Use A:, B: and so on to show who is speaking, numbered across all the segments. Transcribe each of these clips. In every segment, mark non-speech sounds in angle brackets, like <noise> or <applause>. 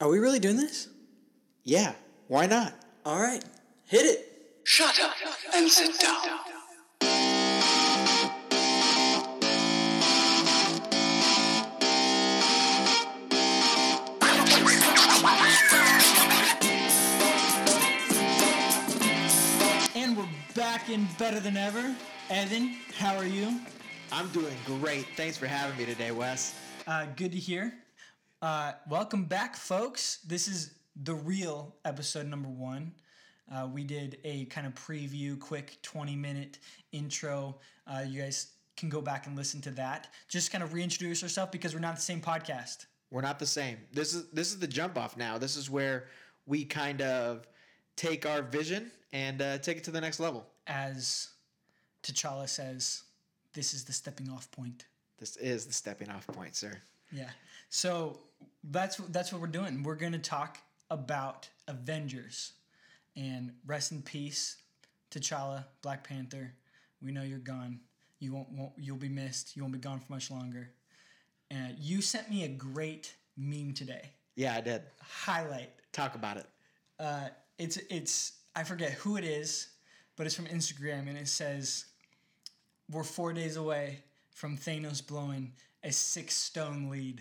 A: Are we really doing this?
B: Yeah, why not?
A: All right, hit it.
C: Shut up and sit down.
D: And we're back in better than ever. Evan, how are you?
B: I'm doing great. Thanks for having me today, Wes.
D: Uh, good to hear. Uh, welcome back, folks. This is the real episode number one. Uh, we did a kind of preview, quick 20 minute intro. Uh, you guys can go back and listen to that. Just kind of reintroduce yourself because we're not the same podcast.
B: We're not the same. This is this is the jump off now. This is where we kind of take our vision and uh, take it to the next level.
D: As T'Challa says, this is the stepping off point.
B: This is the stepping off point, sir.
D: Yeah. So that's that's what we're doing. We're gonna talk about Avengers and rest in peace, T'Challa, Black Panther. We know you're gone. You won't, won't you'll be missed. You won't be gone for much longer. And you sent me a great meme today.
B: Yeah, I did.
D: Highlight.
B: Talk about it.
D: Uh, it's it's I forget who it is, but it's from Instagram and it says, "We're four days away from Thanos blowing a six stone lead."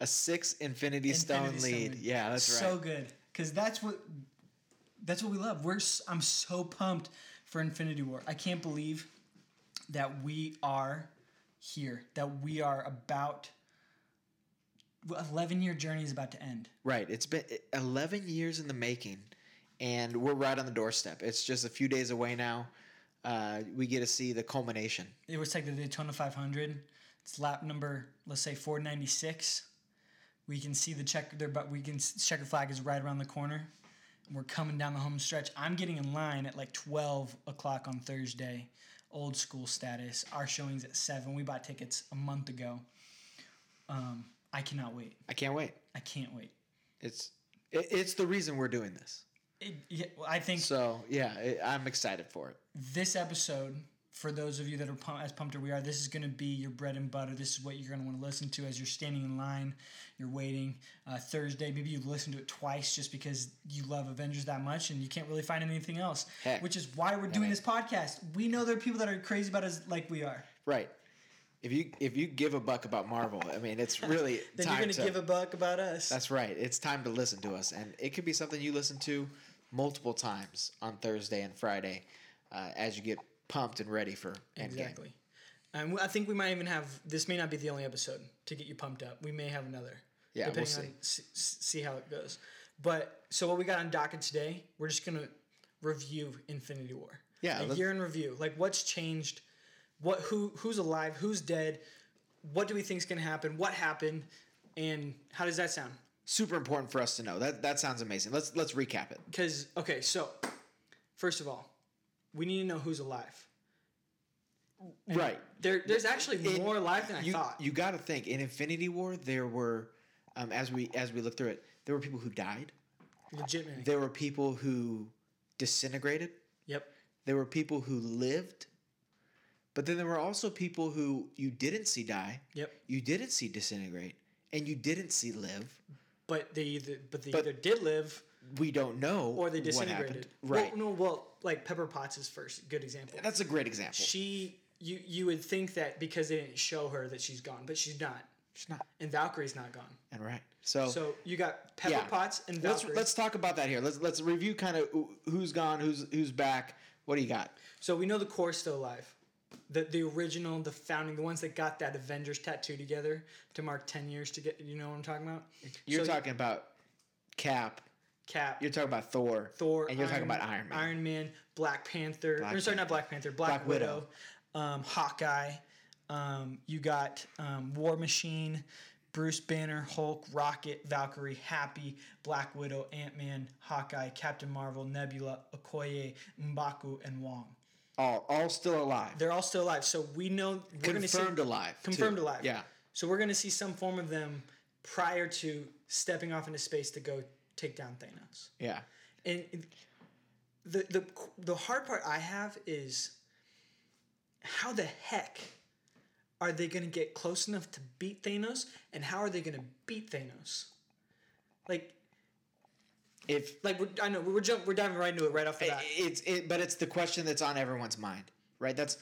B: A six Infinity, Stone
D: Infinity
B: lead. Yeah, that's
D: so
B: right.
D: good because that's what that's what we love. We're s- I'm so pumped for Infinity War. I can't believe that we are here. That we are about eleven year journey is about to end.
B: Right. It's been 11 years in the making, and we're right on the doorstep. It's just a few days away now. Uh, we get to see the culmination.
D: It was like the Daytona 500. It's lap number let's say 496. We can see the check there, but we can s- checker flag is right around the corner. We're coming down the home stretch. I'm getting in line at like 12 o'clock on Thursday, old school status. Our showing's at seven. We bought tickets a month ago. Um, I cannot wait.
B: I can't wait.
D: I can't wait.
B: It's it, it's the reason we're doing this.
D: It, yeah, well, I think
B: So yeah, it, I'm excited for it.
D: this episode for those of you that are pump, as pumped as we are this is going to be your bread and butter this is what you're going to want to listen to as you're standing in line you're waiting uh, thursday maybe you listen to it twice just because you love avengers that much and you can't really find anything else
B: Heck.
D: which is why we're doing this podcast we know there are people that are crazy about us like we are
B: Right. If you if you give a buck about Marvel, I mean, it's really
D: <laughs> then
B: time
D: you're going
B: to
D: to give a buck about us
B: That's right. It's time to listen to us, and it could be something you listen to multiple times on Thursday and Friday uh, as you get pumped and ready for Endgame.
D: exactly and i think we might even have this may not be the only episode to get you pumped up we may have another
B: Yeah, we'll
D: depending on see. see how it goes. But so what we got on docket today, we're just gonna review Infinity War.
B: Yeah,
D: a
B: let's-
D: year in review. Like what's changed, what who who's alive, who's dead, what do we think's gonna happen, what happened, and how does that sound?
B: Super important for us to know. That that sounds amazing. Let's let's recap it.
D: Because okay, so first of all, we need to know who's alive.
B: Right.
D: There, there's actually
B: In-
D: more alive than I
B: you
D: thought.
B: you got to think in Infinity War there were um, as we as we look through it there were people who died.
D: Legitimately.
B: There were people who disintegrated.
D: yep.
B: There were people who lived. But then there were also people who you didn't see die,
D: Yep.
B: you didn't see disintegrate, and you didn't see live.
D: But they either but they
B: But-
D: either did live
B: We don't know
D: or they
B: what happened.
D: disintegrated. Well,
B: Right.
D: no, well, like Pepper Potts is first good example.
B: That's a great example.
D: She, you, you would think that because they didn't show her that she's gone, but she's not,
B: She's not.
D: and Valkyrie's not gone.
B: And right. So,
D: So you got Pepper
B: Yeah.
D: Potts and
B: let's
D: Valkyrie.
B: let's talk about that here. Let's let's review kind of who's gone, who's who's back. What do you got?
D: so we know the core still alive, the the original, the founding, the ones that got that Avengers tattoo together to mark ten years to get. You know what I'm talking about?
B: You're
D: So-
B: talking about Cap.
D: Cap.
B: You're talking about Thor.
D: Thor,
B: And you're talking about Iron Man.
D: Iron Man, Black Panther.
B: Black
D: or, sorry, not Black Panther. Black,
B: Black
D: Widow,
B: Widow.
D: Um, Hawkeye. Um, you got um, War Machine, Bruce Banner, Hulk, Rocket, Valkyrie, Happy, Black Widow, Ant Man, Hawkeye, Captain Marvel, Nebula, Okoye, Mbaku, and Wong.
B: All all still alive.
D: They're all still alive, so we know we're going to see
B: confirmed alive. too.
D: confirmed alive.
B: Yeah.
D: So we're going to see some form of them prior to stepping off into space to go take down Thanos.
B: Yeah.
D: And it- the the the hard part I have is how the heck are they going to get close enough to beat Thanos, and how are they going to beat Thanos? Like,
B: If
D: like we're, I know we're jump, we're diving right into it right off the bat.
B: it's it, but it's the question that's on everyone's mind, right? That's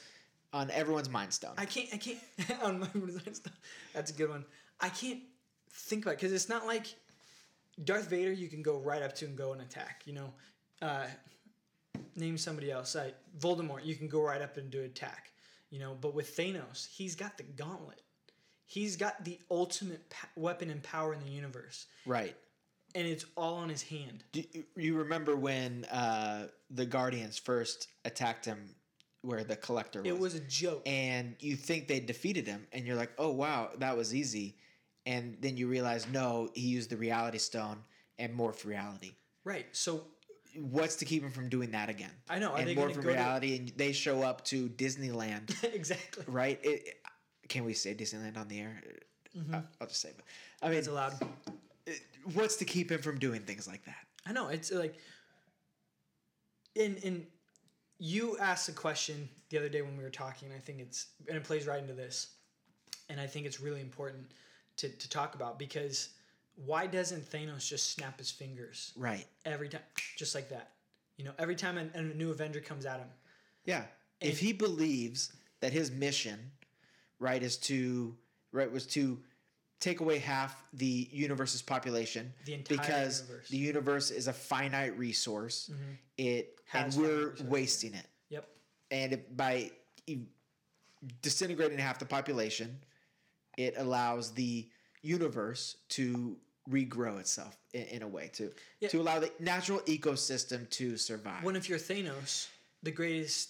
B: on everyone's mind stone.
D: I can't. I can't. <laughs> on my design stuff. That's a good one. I can't think about because it's not like Darth Vader. You can go right up to and go and attack. You know, uh, name somebody else. I Voldemort. You can go right up and do attack. You know, but with Thanos, he's got the gauntlet. He's got the ultimate pa- weapon and power in the universe,
B: right.
D: and it's all on his hand.
B: Do you- you remember when uh, the Guardians first attacked him, where the Collector was?
D: It was a joke.
B: and you think they defeated him, and you're like, "Oh wow, that was easy," and then you realize, no, he used the Reality Stone and morphed reality.
D: right. So
B: What's to keep him from doing that again?
D: I know. Are
B: and
D: they
B: morph
D: going
B: from
D: to go to
B: reality, and they show up to Disneyland,
D: <laughs>
B: <laughs>
D: exactly?
B: right? It, can we say Disneyland on the air? I, will just say, it. I mean,
D: Mm-hmm. It's allowed.
B: what's to keep him from doing things like that?
D: I know it's uh, like, and and you asked a question the other day when we were talking. And I think it's and it plays right into this, and I think it's really important to to talk about because why doesn't Thanos just snap his fingers
B: Right?
D: every time, just like that? You know, every time an, a new Avenger comes at him,
B: Yeah. if he believes that his mission, right, is to right was to take away half the universe's population
D: The entire
B: because
D: universe. Mm.
B: the universe is a finite resource. It
D: Has
B: and
D: finite
B: we're
D: resources, yeah.
B: wasting it.
D: yep,
B: And it, by e- disintegrating half the population, it allows the universe to regrow itself in, in a way to
D: Yeah.
B: to allow the natural ecosystem to survive.
D: When if you're Thanos, the greatest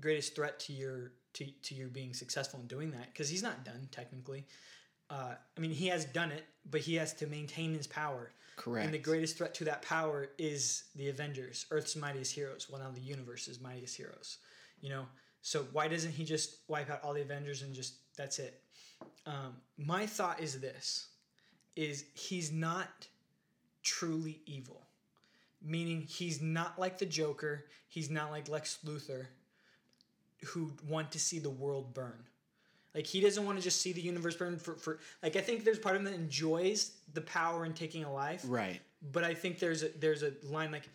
D: greatest threat to your to, to you being successful in doing that because he's not done technically. Uh, I mean, he has done it, but he has to maintain his power.
B: Correct.
D: And the greatest threat to that power is the Avengers, Earth's mightiest heroes. Well, now the universe's mightiest heroes. You know, so why doesn't he just wipe out all the Avengers and just that's it? Um, my thought is this: is he's not truly evil meaning he's not like the Joker, he's not like Lex Luthor, who want to see the world burn. Like he doesn't want to just see the universe burn for, for like I think there's part of him that enjoys the power and taking a life,
B: right.
D: but I think there's a there's a line like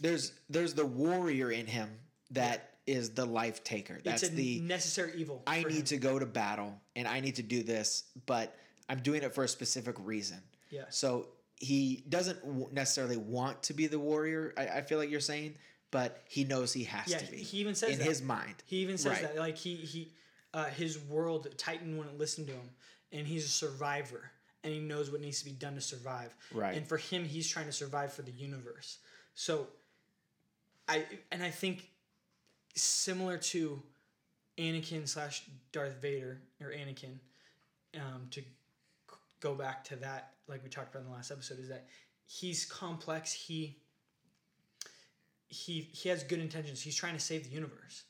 B: there's there's the warrior in him that is the life taker. That's
D: it's a
B: the
D: necessary evil.
B: I
D: for
B: need
D: him.
B: to go to battle and I need to do this, but I'm doing it for a specific reason.
D: yeah
B: So he doesn't w- necessarily want to be the warrior. I, I feel like you're saying, but he knows he has
D: yeah
B: to be
D: he even says
B: in
D: that.
B: his mind.
D: He even says
B: Right.
D: that like he he uh, his world Titan wouldn't listen to him, and he's a survivor, and he knows what needs to be done to survive.
B: Right.
D: And for him, he's trying to survive for the universe. So, I and I think similar to Anakin slash Darth Vader or Anakin, um, to go back to that, like we talked about in the last episode, is that he's complex. He he he has good intentions. He's trying to save the universe,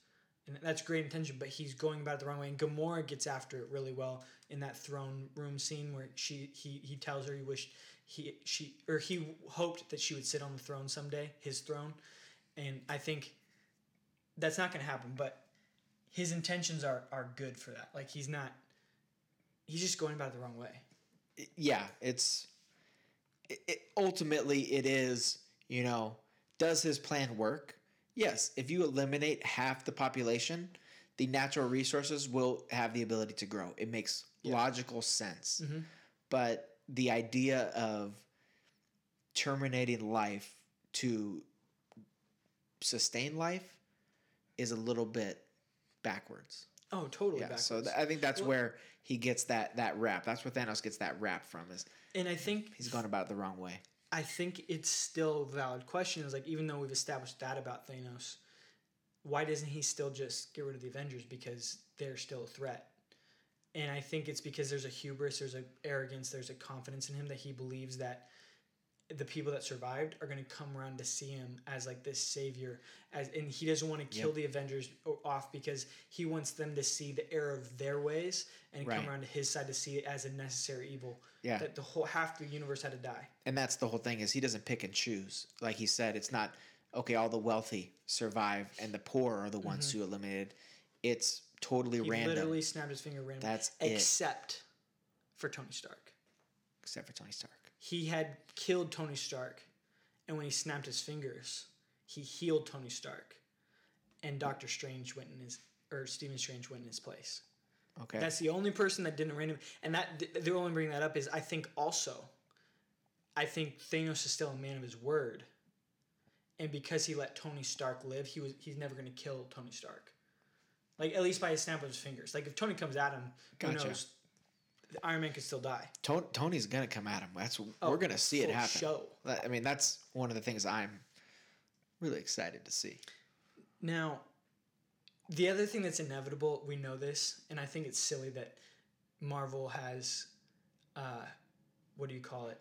D: and that's great intention. But he's going about it the wrong way. And Gamora gets after it really well in that throne room scene where she he he tells her he wished he she or he hoped that she would sit on the throne someday, his throne, and I think that's not going to happen. But his intentions are are good for that. Like he's not. He's just going about it the wrong way.
B: yeah, it's it, it, ultimately it is, you know, does his plan work? Yes, if you eliminate half the population, the natural resources will have the ability to grow. It makes logical sense.
D: Mhm.
B: But the idea of terminating life to sustain life is a little bit backwards.
D: Oh, totally.
B: Yeah,
D: backwards.
B: so th- I think that's
D: Well-
B: where he gets that that rap. That's where Thanos gets that rap from is
D: and I think
B: he's gone about it the wrong way.
D: I think it's still a valid question. Is like even though we've established that about Thanos, why doesn't he still just get rid of the Avengers because they're still a threat? And I think it's because there's a hubris, there's a arrogance, there's a confidence in him that he believes that the people that survived are going to come around to see him as like this savior as and he doesn't want to kill the avengers o- off because he wants them to see the error of their ways and
B: Right.
D: come around to his side to see it as a necessary evil
B: Yeah.
D: that the whole half the universe had to die
B: And that's the whole thing is he doesn't pick and choose. Like he said, it's not okay, all the wealthy survive and the poor are the ones who eliminated. It's totally
D: Mm-hmm. He
B: random
D: literally snapped his finger randomly.
B: That's it.
D: except for Tony Stark.
B: except for Tony Stark.
D: he had killed Tony Stark, and when he snapped his fingers, he healed Tony Stark, and Doctor Strange went in his or Stephen Strange went in his place.
B: Okay.
D: That's the only person that didn't random, and that th- the only bringing that up is I think also, I think Thanos is still a man of his word, and because he let Tony Stark live, he was he's never going to kill Tony Stark, like at least by a snap of his fingers. Like if Tony comes at him,
B: Gotcha.
D: who knows? Iron Man could still die.
B: Ton- Tony's gonna come at him. That's
D: Oh,
B: we're gonna see it
D: for
B: happen.
D: show.
B: That- I mean, that's one of the things I'm really excited to see.
D: Now, the other thing that's inevitable, we know this, and I think it's silly that Marvel has, uh, what do you call it?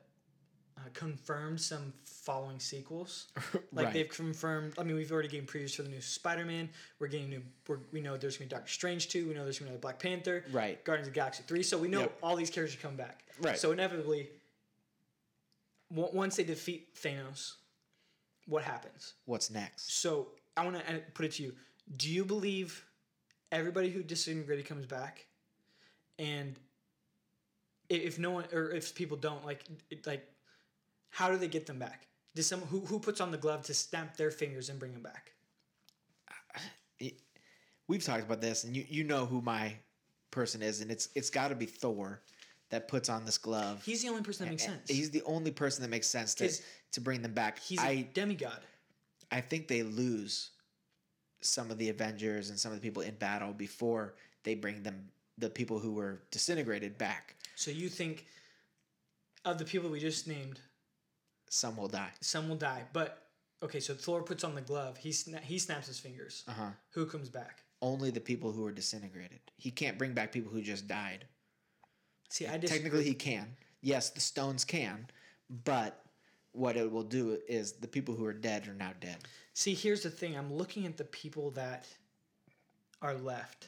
D: Uh, confirmed some following
B: <laughs>
D: sequels. Like
B: Right.
D: they've confirmed. I mean, we've already getting previews for the new Spider-Man. We're getting new. We're, we know there's gonna be Doctor Strange two. We know there's gonna be another Black Panther.
B: Right.
D: Guardians of the Galaxy three. So we know
B: Yep.
D: all these characters come back.
B: Right.
D: So inevitably, w- once they defeat Thanos, what happens?
B: What's next?
D: So I want to put it to you. Do you believe everybody who disintegrated comes back? And i- if no one, or if people don't, like, it- like, how do they get them back? Does some who, who puts on the glove to stamp their fingers and bring them back?
B: We've talked about this, and you you know who my person is, and it's it's got to be Thor that puts on this glove.
D: He's the only person that makes
B: And
D: sense. He's,
B: He's the only person that makes sense to
D: Is-
B: to bring them back.
D: he's a
B: I
D: demigod.
B: I think they lose some of the Avengers and some of the people in battle before they bring them the people who were disintegrated back.
D: So you think of the people we just named,
B: Some will die.
D: some will die, but okay. So Thor puts on the glove. He sna- he snaps his fingers.
B: Uh huh.
D: Who comes back?
B: Only the people who were disintegrated. He can't bring back people who just died.
D: See, I disagree.
B: Technically, he can. Yes, the stones can, but what it will do is the people who are dead are now dead.
D: See, here's the thing. I'm looking at the people that are left,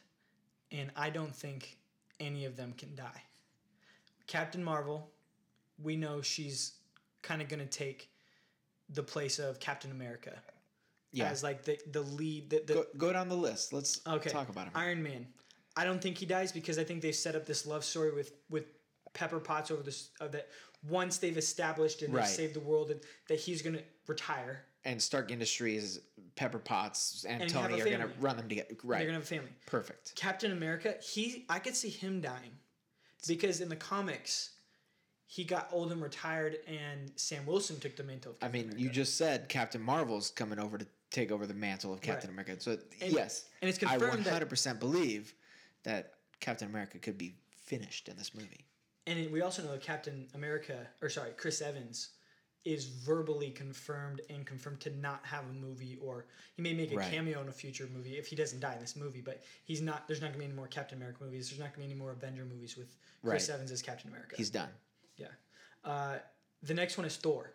D: and I don't think any of them can die. Captain Marvel, we know she's kind of going to take the place of Captain America
B: Yeah.
D: as like the, the lead. The, the,
B: go, go down the list. Let's
D: okay.
B: talk about him.
D: Iron Man. I don't think he dies because I think they've set up this love story with with Pepper Potts over this of that. Once they've established and
B: Right.
D: they've saved the world, and that he's going to retire.
B: and Stark Industries, Pepper Potts, and,
D: And have
B: Tony
D: a
B: are going to
D: family.
B: run them together. Right.
D: They're going to have a family.
B: Perfect.
D: Captain America, he I could see him dying because in the comics he got old and retired and Sam Wilson took the mantle. Of
B: I mean, you just said Captain Marvel's coming over to take over the mantle of Captain America. So yes,
D: and it's
B: I
D: confirmed that-
B: 100% believe that Captain America could be finished in this movie.
D: and it- we also know that Captain America or sorry, Chris Evans is verbally confirmed and confirmed to not have a movie or he may make a
B: Right.
D: cameo in a future movie if he doesn't die in this movie, but he's not there's not going to be any more Captain America movies, there's not going to be any more Avenger movies with Chris
B: Right.
D: Evans as Captain America.
B: He's done.
D: Yeah. Uh, the next one is Thor.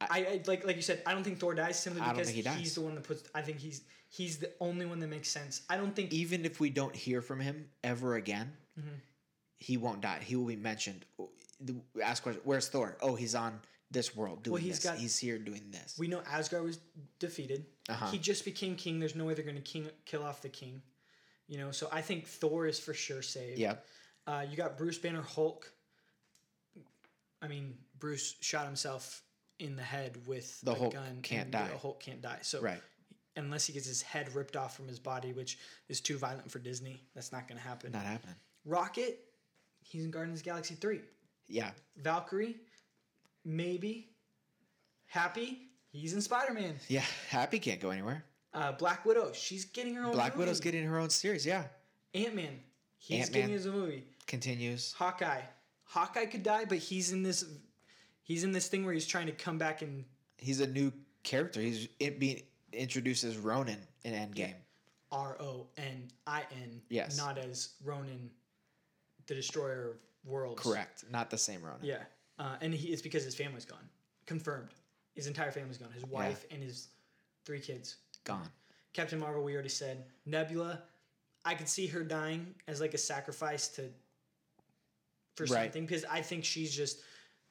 D: I, I like like you said. I don't think Thor dies simply
B: I don't
D: because
B: think he
D: he's
B: dies.
D: the one that puts. I think he's he's the only one that makes sense. I don't think
B: Even if we don't hear from him ever again,
D: Mm-hmm.
B: he won't die. He will be mentioned. Oh, The- Ask question. Where's Thor? Oh, he's on this world doing
D: he's
B: this.
D: got-
B: he's here doing this.
D: we know Asgard was defeated.
B: Uh-huh.
D: He just became king. There's no way they're going to king kill off the king. You know, so I think Thor is for sure saved.
B: yeah.
D: Uh, you got Bruce Banner Hulk. I mean, Bruce shot himself in the head with
B: The
D: a
B: Hulk
D: gun.
B: can't
D: and
B: die.
D: The Hulk can't die. So
B: Right.
D: unless he gets his head ripped off from his body, which is too violent for Disney. That's not going to happen.
B: Not happening.
D: Rocket, he's in Guardians of the Galaxy 3.
B: Yeah.
D: Valkyrie, maybe. Happy, he's in Spider Man.
B: Yeah. Happy can't go anywhere.
D: Uh, Black Widow, she's getting her own
B: Black
D: movie.
B: Widow's getting her own series. Yeah.
D: Ant Man, he's
B: Ant-Man.
D: getting his own movie.
B: Continues.
D: Hawkeye, Hawkeye could die, but he's in this. He's in this thing where he's trying to come back and
B: He's a new character. He's it being introduced as Ronin in Endgame.
D: R O N I N,
B: Yes.
D: not as Ronan, the destroyer of worlds.
B: Correct. Not the same Ronin.
D: Yeah, uh, and he, it's because his family's gone. Confirmed, his entire family's gone. His wife and his three kids.
B: Gone.
D: Captain Marvel, we already said. Nebula, I could see her dying as like a sacrifice to for
B: Right.
D: something because I think she's just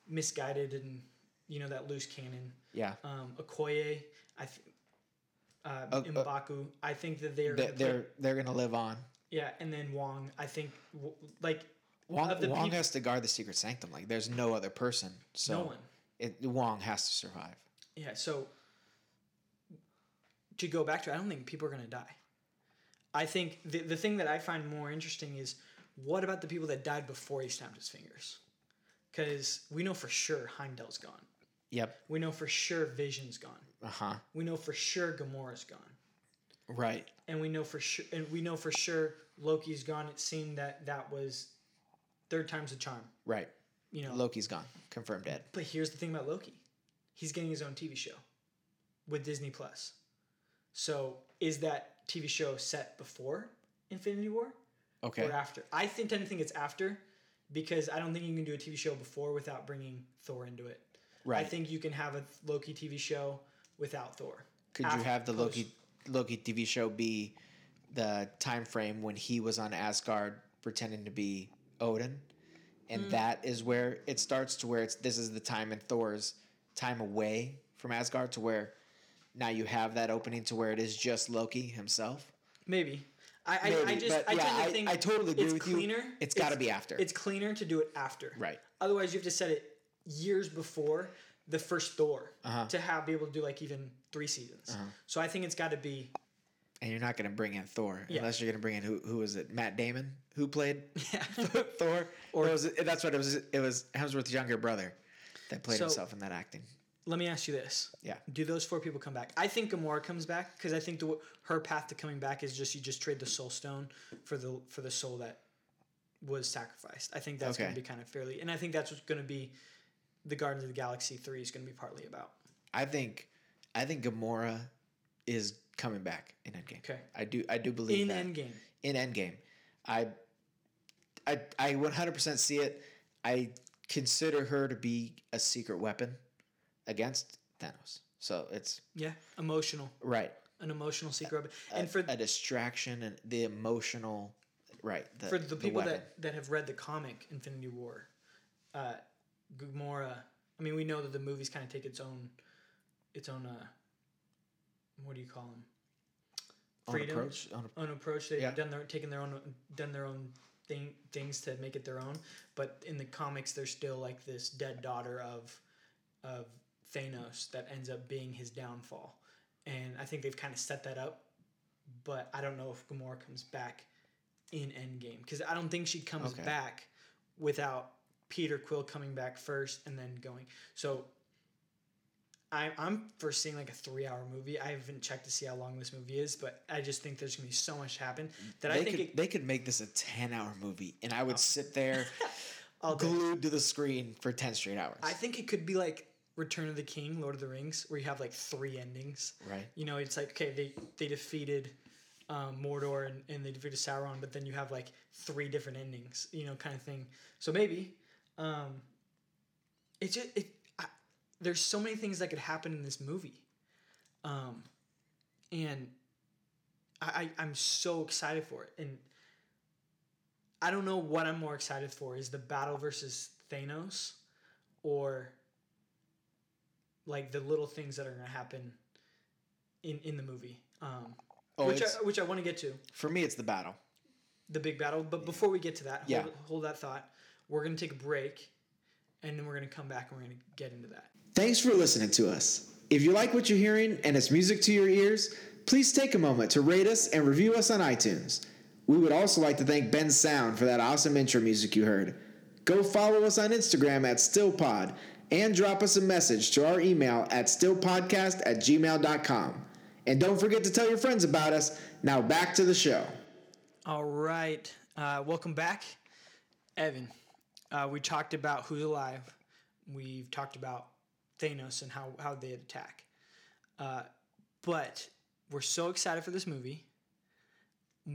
D: misguided and you know that loose cannon.
B: Yeah.
D: Um, Okoye, I. Th- uh,
B: uh,
D: Mbaku, I think that they're
B: They,
D: gonna put-
B: they're they're gonna live on.
D: yeah, and then Wong. I think w- like
B: Wong,
D: Of the
B: Wong
D: peop-
B: has to guard the secret sanctum. Like, there's no other person. So
D: no one.
B: It, Wong has to survive.
D: Yeah, so to go back to, I don't think people are going to die. I think the, the thing that I find more interesting is what about the people that died before he snapped his fingers? Because we know for sure Heimdall's gone.
B: Yep.
D: We know for sure Vision's gone.
B: Uh huh.
D: We know for sure Gamora's gone.
B: Right.
D: And we know for sure and we know for sure Loki's gone. It seemed that that was third time's a charm,
B: Right.
D: you know.
B: Loki's gone. Confirmed dead.
D: But here's the thing about Loki. He's getting his own TV show with Disney Plus. So is that TV show set before Infinity War
B: Okay.
D: or after? I think tend to think it's after because I don't think you can do a TV show before without bringing Thor into it.
B: Right.
D: I think you can have a Loki TV show without Thor.
B: Could you
D: after-
B: have the Loki
D: post.
B: Loki TV show be the time frame when he was on Asgard pretending to be Odin, and
D: Mm.
B: that is where it starts to where it's this is the time in Thor's time away from Asgard to where now you have that opening to where it is just Loki himself.
D: Maybe. I, I, I
B: Maybe,
D: just
B: but
D: I
B: yeah,
D: tend
B: I-
D: to think
B: I totally agree
D: it's
B: with you.
D: cleaner.
B: It's gotta be after.
D: It's cleaner to do it after.
B: Right.
D: Otherwise, you have to set it years before the first Thor
B: Uh-huh.
D: to have be able to do like even three seasons. So I think it's got to
B: <laughs>
D: be <laughs>
B: And you're not going to bring in Thor
D: Yeah.
B: unless you're going to bring in who who is it? Matt Damon who played Thor, or was it, that's what it was. It was Hemsworth's younger brother that played
D: So-
B: himself in that acting.
D: Let me ask you this:
B: Yeah.
D: Do those four people come back? I think Gamora comes back because I think the, her path to coming back is just you just trade the Soul Stone for the for the soul that was sacrificed. I think that's going
B: Okay.
D: to be kind of fairly, and I think that's what's going to be the Guardians of the Galaxy three is going to be partly about.
B: I think I think Gamora is coming back in Endgame.
D: Okay.
B: I do I do believe
D: In
B: that.
D: Endgame,
B: in Endgame. I I I 100% see it. I consider her to be a secret weapon against Thanos. So it's
D: yeah, emotional,
B: right.
D: an emotional secret, weapon.
B: A-
D: and for
B: a distraction and the emotional right the,
D: for the people
B: weapon.
D: that, that have read the comic Infinity War, uh, Gamora. I mean, we know that the movies kind of take its own, its own. Uh, what do you call them?
B: On
D: freedom.
B: approach on a-
D: Own approach. They've
B: Yeah.
D: done their taken their own done their own thing things to make it their own. But in the comics, there's still like this dead daughter of of Thanos that ends up being his downfall, and I think they've kind of set that up. But I don't know if Gamora comes back in Endgame because I don't think she comes
B: Okay.
D: back without Peter Quill coming back first and then going. So I, I'm foreseeing like a three hour movie. I haven't checked to see how long this movie is, but I just think there's gonna be so much happen that
B: they
D: I think
B: could
D: it, Oh.
B: they could make this a 10 hour movie and I would sit there
D: <laughs> I'll do it.
B: glued to the screen for 10 straight hours.
D: I think it could be like Return of the King, Lord of the Rings, where you have like three endings.
B: right.
D: You know, it's like okay, they they defeated um, Mordor and, and they defeated Sauron, but then you have like three different endings. You know, kind of thing. So maybe um, it just it. I, there's so many things that could happen in this movie, um, and I, I I'm so excited for it. And I don't know what I'm more excited for is the battle versus Thanos, or like the little things that are gonna happen in in the movie. Um,
B: Oh,
D: which I,
B: it's-
D: which I want to get to
B: For me it's the battle.
D: the big battle. But before we get to that, hold,
B: Yeah.
D: hold that thought. We're gonna take a break, and then we're gonna come back and we're gonna get into that.
B: Thanks for listening to us. If you like what you're hearing and it's music to your ears, please take a moment to rate us and review us on iTunes. We would also like to thank Ben Sound for that awesome intro music you heard. Go follow us on Instagram at StillPod and drop us a message to our email at stillpodcast at gmail.com. And don't forget to tell your friends about us. Now back to the show.
D: All right, uh, welcome back, Evan. Uh, we talked about who's alive. We've talked about Thanos and how how they attack. Uh, but we're so excited for this movie.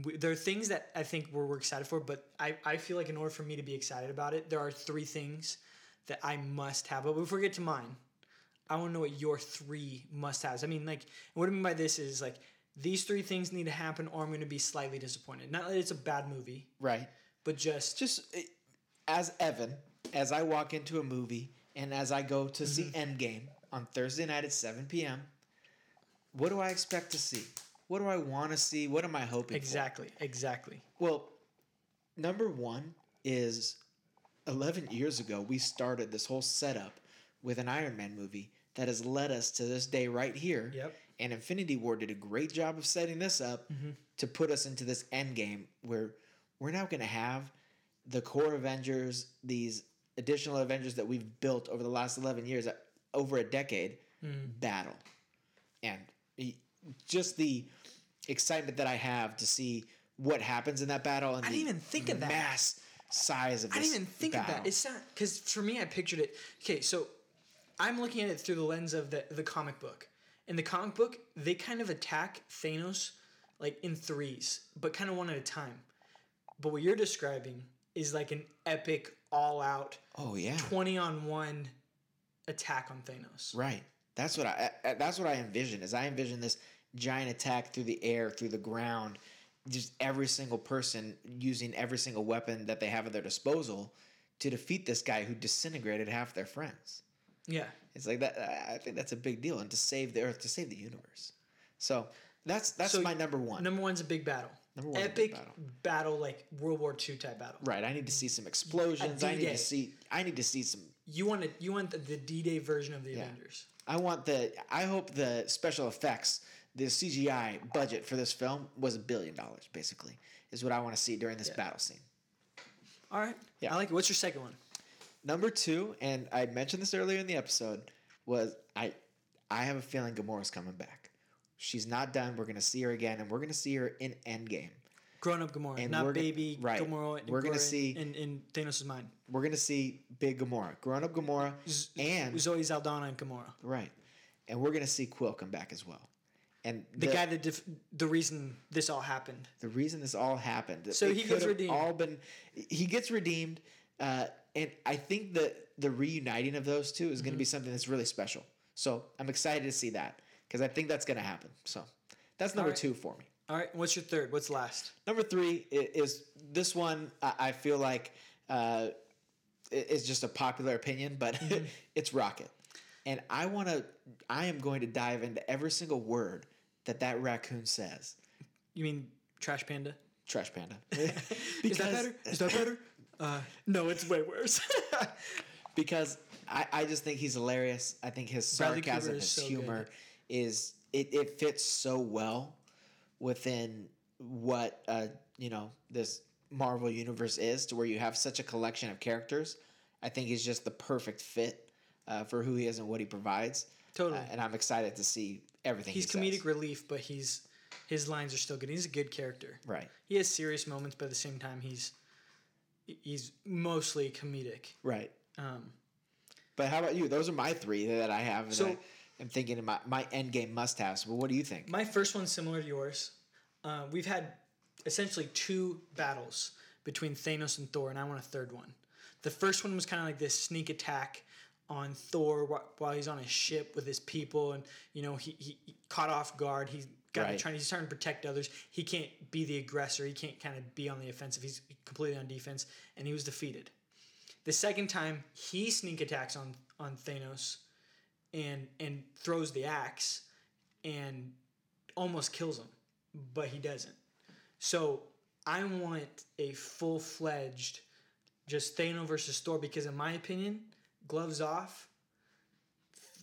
D: We, there are things that I think we're, we're excited for, but I, I feel like in order for me to be excited about it, there are three things that I must have. But before we get to mine, I want to know what your three must haves. I mean, like, what I mean by this is like these three things need to happen, or I'm going to be slightly disappointed. Not that it's a bad movie,
B: Right.
D: but just
B: just uh, as Evan, as I walk into a movie and as I go to see Endgame on Thursday night at 7 p.m., what do I expect to see? What do I want to see? What am I hoping
D: exactly, exactly.
B: for? Well, number one is 11 years ago, we started this whole setup with an Iron Man movie that has led us to this day right here.
E: Yep.
B: And Infinity War did a great job of setting this up
D: Mm-hmm.
B: to put us into this end game where we're now going to have the core Avengers, these additional Avengers that we've built over the last 11 years, uh, over a decade,
D: Mm.
B: battle. And y- just the excitement that I have to see what happens in that battle and
D: I
B: the
D: didn't even think of that.
B: mass size of
D: I
B: this
D: didn't even think of that.
B: battle.
D: It's not because for me, I pictured it. Okay, so I'm looking at it through the lens of the the comic book. In the comic book, they kind of attack Thanos like in threes, but kind of one at a time. But what you're describing is like an epic, all out,
B: oh yeah,
D: twenty on one attack on Thanos.
B: right. That's what I, I I- that's what I envision. Is I envision this giant attack through the air, through the ground, just every single person using every single weapon that they have at their disposal to defeat this guy who disintegrated half their friends.
D: Yeah,
B: It's like that. I- I think that's a big deal, and to save the Earth, to save the universe. So that's that's
D: So
B: my number one.
D: number one's a big battle.
B: Number one's a big
D: epic
B: battle.
D: battle, like World War II type battle.
B: right. I need to see some explosions. I need
D: D-Day.
B: to see. I need to see some.
D: You want to, you want the, the D-Day version of the Avengers.
B: I want the. I hope the special effects, the CGI budget for this film was a billion dollars. Basically, is what I want to see during this battle scene.
D: All right.
B: Yeah.
D: I like it. What's your second one?
B: Number two, and I mentioned this earlier in the episode, was I. I have a feeling Gamora's coming back. She's not done. We're gonna see her again, and we're gonna see her in Endgame.
D: Grown up Gamora,
B: And we're
D: not
B: gonna-
D: baby
B: right.
D: Gamora.
B: We're gonna
D: Gamora
B: see-
D: in, in Thanos' mind.
B: We're gonna see big Gamora, grown up Gamora, and
D: Zoe Saldana and Gamora,
B: right, and we're gonna see Quill come back as well. And
D: the, guy that def- the reason this all happened.
B: the reason this all happened.
D: So
B: it
D: he
B: could
D: gets
B: have
D: redeemed.
B: All been, he gets redeemed, uh, and I think that the reuniting of those two is going to
D: Mm-hmm.
B: be something that's really special. So I'm excited to see that because I think that's going to happen. So that's number
D: right.
B: two for me.
D: All right. What's your third? What's last?
B: Number three i- is this one. I, I feel like uh, i- is just a popular opinion, but
D: Mm-hmm.
B: <laughs> it's Rocket, and I want to. I am going to dive into every single word that that raccoon says.
D: You mean Trash Panda? <laughs>
B: Trash panda.
D: Is that better? Is that
B: <laughs>
D: better? Uh, no, it's way worse. <laughs>
B: because I, I just think he's hilarious. I think his
D: Bradley Cooper
B: sarcasm,
D: is
B: his
D: so good.
B: humor is it, it fits so well within what uh you know this Marvel universe is to where you have such a collection of characters. I think he's just the perfect fit uh, for who he is and what he provides.
D: Totally.
B: Uh, and I'm excited to see everything.
D: he's
B: he
D: comedic
B: says.
D: relief, but he's his lines are still good. He's a good character.
B: right?
D: He has serious moments, but at the same time, he's he's mostly comedic.
B: Right.
D: Um,
B: But how about you? Those are my three that I have. And
D: So-
B: I, am thinking of my my end game must haves. Well, what do you think?
D: My first one's similar to yours. Uh, we've had essentially two battles between Thanos and Thor, and I want a third one. The first one was kind of like this sneak attack on Thor wh- while he's on his ship with his people, and you know he, he he caught off guard. He's got to
B: Right.
D: trying. He's trying to protect others. He can't be the aggressor. He can't kind of be on the offensive. He's completely on defense, and he was defeated. The second time he sneak attacks on on Thanos, and and throws the axe, and almost kills him, but he doesn't. So I want a full fledged, just Thanos versus Thor because, in my opinion, gloves off.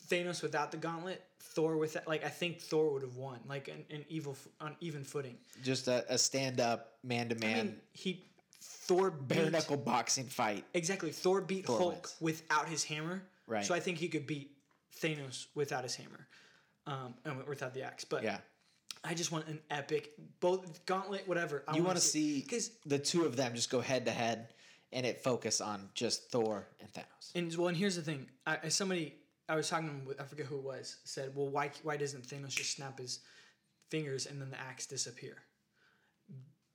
D: Thanos without the gauntlet, Thor with like I think Thor would have won like an, an evil f- on even footing.
B: just a, a stand up man to
D: I
B: man
D: mean, he Thor
B: bare
D: beat
B: knuckle boxing fight.
D: exactly Thor beat
B: Thor
D: Hulk
B: wins.
D: without his hammer.
B: Right.
D: So I think he could beat Thanos without his hammer, um, and without the axe. But
B: Yeah,
D: I just want an epic both gauntlet whatever. I
B: you want to see
D: because
B: the two of them just go head to head, and it focus on just Thor and Thanos.
D: and well, and here's the thing. I, I- somebody I was talking with I forget who it was said, well, why why doesn't Thanos just snap his fingers and then the axe disappear?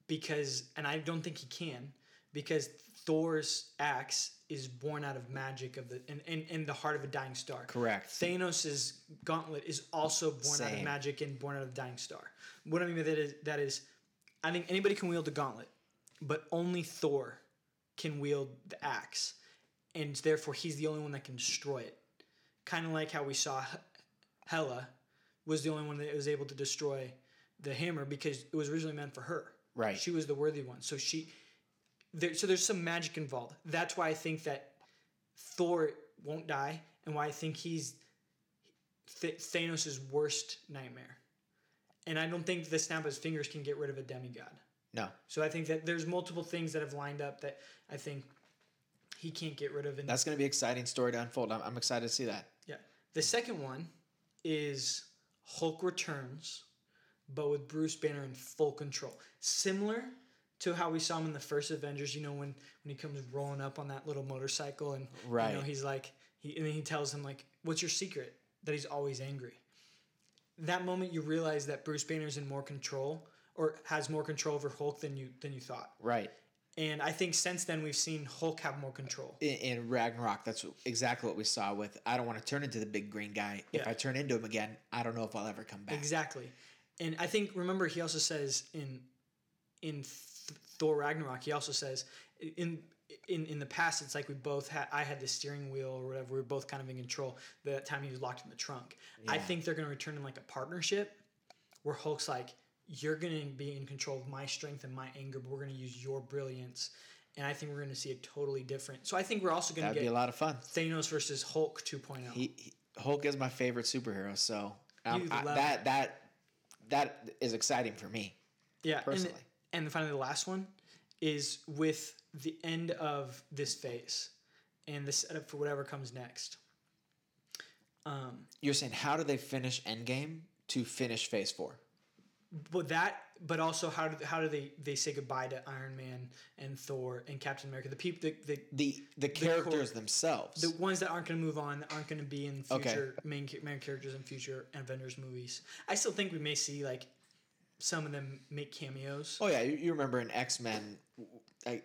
D: Because and I don't think he can because Thor's axe is born out of magic of the and in, in the heart of a dying star.
B: Correct.
D: Thanos' gauntlet is also born out of
B: Same.
D: magic and born out of the dying star. What I mean by that is that is I think anybody can wield the gauntlet, but only Thor can wield the axe, and therefore he's the only one that can destroy it. Kind of like how we saw H- Hela was the only one that was able to destroy the hammer because it was originally meant for her.
B: Right.
D: She was the worthy one. So she there, so there's some magic involved. That's why I think that Thor won't die, and why I think he's Th- Thanos' worst nightmare. And I don't think the snap of his fingers can get rid of a demigod.
B: No.
D: So I think that there's multiple things that have lined up that I think he can't get rid of. And
B: That's going to be an exciting story to unfold. I'm, I'm excited to see that.
D: yeah, the second one is Hulk returns, but with Bruce Banner in full control, similar to how we saw him in the first Avengers. You know when when he comes rolling up on that little motorcycle and you know
B: Right.
D: he's like he and then he tells him like, "What's your secret?" That he's always angry. That moment you realize that Bruce Banner's in more control or has more control over Hulk than you than you thought.
B: Right.
D: And I think since then we've seen Hulk have more control.
B: In, in Ragnarok, that's exactly what we saw with I don't want to turn into the big green guy. If
D: Yeah.
B: I turn into him again, I don't know if I'll ever come back.
D: Exactly. And I think remember he also says in in Th- Thor Ragnarok he also says in in in the past it's like we both had I had the steering wheel or whatever we were both kind of in control that time he was locked in the trunk. I
B: Yeah.
D: think they're going to return in like a partnership where Hulk's like you're going to be in control of my strength and my anger but we're going to use your brilliance and I think we're going to see a totally different. So I think we're also going to
B: That'd
D: get
B: be a lot of fun.
D: Thanos versus Hulk oh. 2.0.
B: He, he- Hulk is my favorite superhero, so um,
D: You
B: I,
D: love
B: that that that is exciting for me.
D: yeah, and-
B: personally.
D: And, finally, the last one is with the end of this phase and the setup for whatever comes next. Um,
B: You're saying how do they finish Endgame to finish Phase Four?
D: but that, but also how do how do they they say goodbye to Iron Man and Thor and Captain America? The people, the, the
B: The the characters themselves.
D: the ones that aren't going to move on, that aren't going to be in
B: Okay.
D: future main main main characters in future Avengers movies. I still think we may see like some of them make cameos.
B: oh yeah, you, you remember in X Men,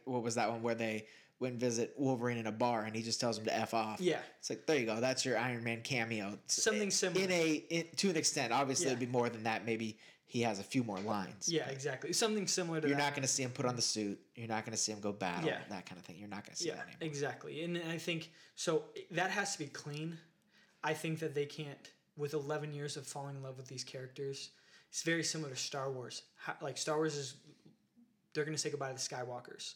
B: what was that one where they went and visit Wolverine in a bar and he just tells him to f off.
D: Yeah,
B: It's like there you go. That's your Iron Man cameo. It's
D: something similar.
B: in a in, to an extent. Obviously,
D: Yeah.
B: it'd be more than that. Maybe he has a few more lines.
D: yeah, exactly. Something similar to
B: You're
D: that.
B: not going to see him put on the suit. You're not going to see him go battle.
D: Yeah.
B: That kind of thing. You're not going to see
D: Yeah,
B: that anymore.
D: exactly. And I think so that has to be clean. I think that they can't with 11 years of falling in love with these characters. It's very similar to Star Wars. How, like Star Wars is they're going to say goodbye to the Skywalkers.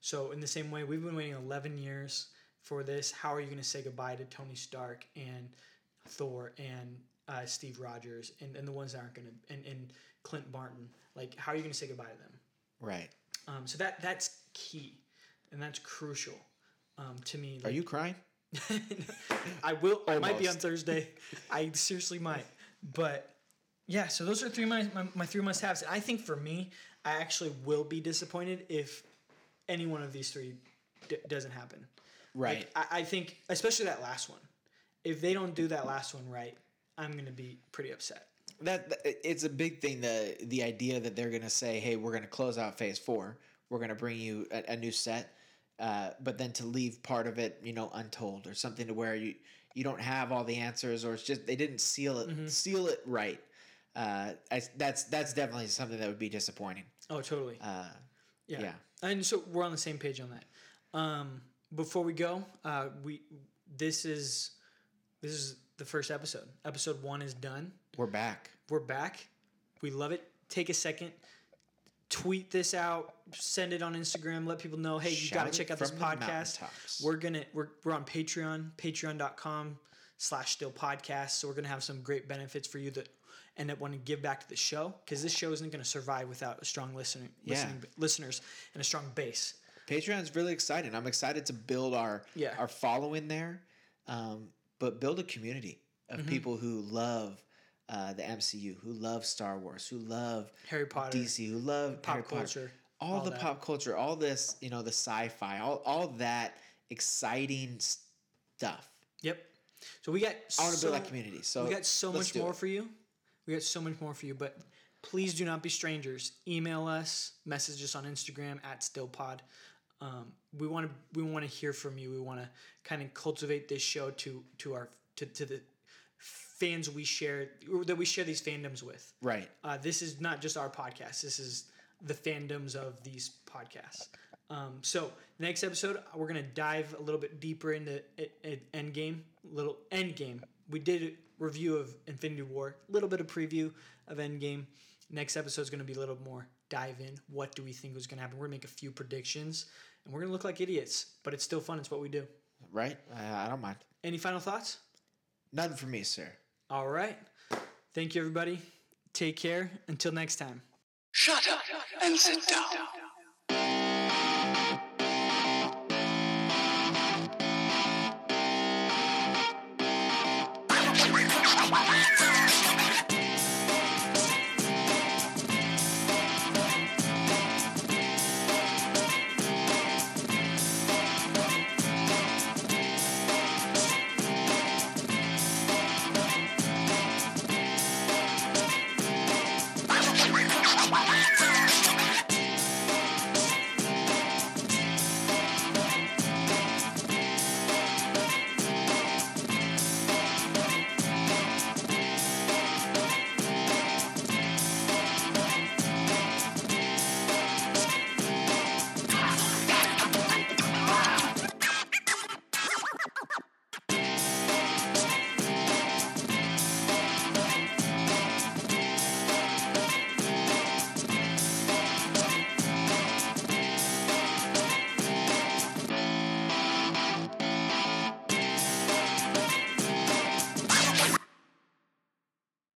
D: So in the same way we've been waiting 11 years for this, how are you going to say goodbye to Tony Stark and Thor and uh, Steve Rogers and, and the ones that aren't going to and, and Clint Barton? Like how are you going to say goodbye to them?
B: Right.
D: Um, so that that's key, and that's crucial um, to me.
B: Are you crying?
D: <laughs> I will. I might be on
B: Almost.
D: Thursday. I seriously might. But yeah, so those are three my, my, my three must haves. I think for me, I actually will be disappointed if any one of these three d- doesn't happen.
B: Right.
D: Like, I, I think, especially that last one. If they don't do that last one right, I'm gonna be pretty upset.
B: that, that- it's a big thing the the idea that they're going to say hey we're going to close out phase four we're going to bring you a, a new set uh, but then to leave part of it you know untold or something to where you you don't have all the answers or it's just they didn't seal it
D: Mm-hmm.
B: seal it right uh, I, that's that's definitely something that would be disappointing
D: Oh, totally.
B: uh,
D: Yeah.
B: Yeah.
D: And so we're on the same page on that. Um, before we go, uh, we this is this is the first episode. Episode one is done.
B: we're back
D: We're back. We love it. Take a second. Tweet this out. Send it on Instagram. Let people know. Hey, you
B: Shout
D: gotta
B: it
D: check out this
B: from the
D: podcast.
B: mountaintops.
D: We're gonna we're we're on Patreon, patreon.com slash still podcast. So we're gonna have some great benefits for you that end up wanting to give back to the show. Because this show isn't gonna survive without a strong listening, listening listeners and a strong base.
B: Patreon's really exciting. I'm excited to build our
D: Yeah.
B: our following there, um, but build a community of
D: Mm-hmm.
B: people who love uh, the MCU, who love Star Wars, who love
D: Harry Potter,
B: DC, who love
D: pop
B: Harry Potter.
D: culture.
B: all,
D: all
B: the
D: that.
B: pop culture, all this, you know, the sci-fi, all all that exciting stuff.
D: Yep. So we got
B: I want to
D: so,
B: build that community. So
D: we got so
B: let's
D: much
B: do
D: more
B: it.
D: for you. We got so much more for you, but please do not be strangers. Email us, message us on Instagram at stillpod. Um, we want to we want to hear from you. We want to kind of cultivate this show to to our to, to the fans we share or that we share these fandoms with.
B: right.
D: Uh, this is not just our podcast. This is the fandoms of these podcasts. Um, so next episode, we're gonna dive a little bit deeper into it, it, Endgame. Little Endgame. We did a review of Infinity War, a little bit of preview of Endgame. Next episode is going to be a little more dive in. What do we think was going to happen? We're going to make a few predictions and we're going to look like idiots, but it's still fun. It's what we do.
B: right? I, I don't mind.
D: Any final thoughts?
B: Nothing for me, sir.
D: All right. Thank you, everybody. Take care. Until next time.
C: Shut up and sit down.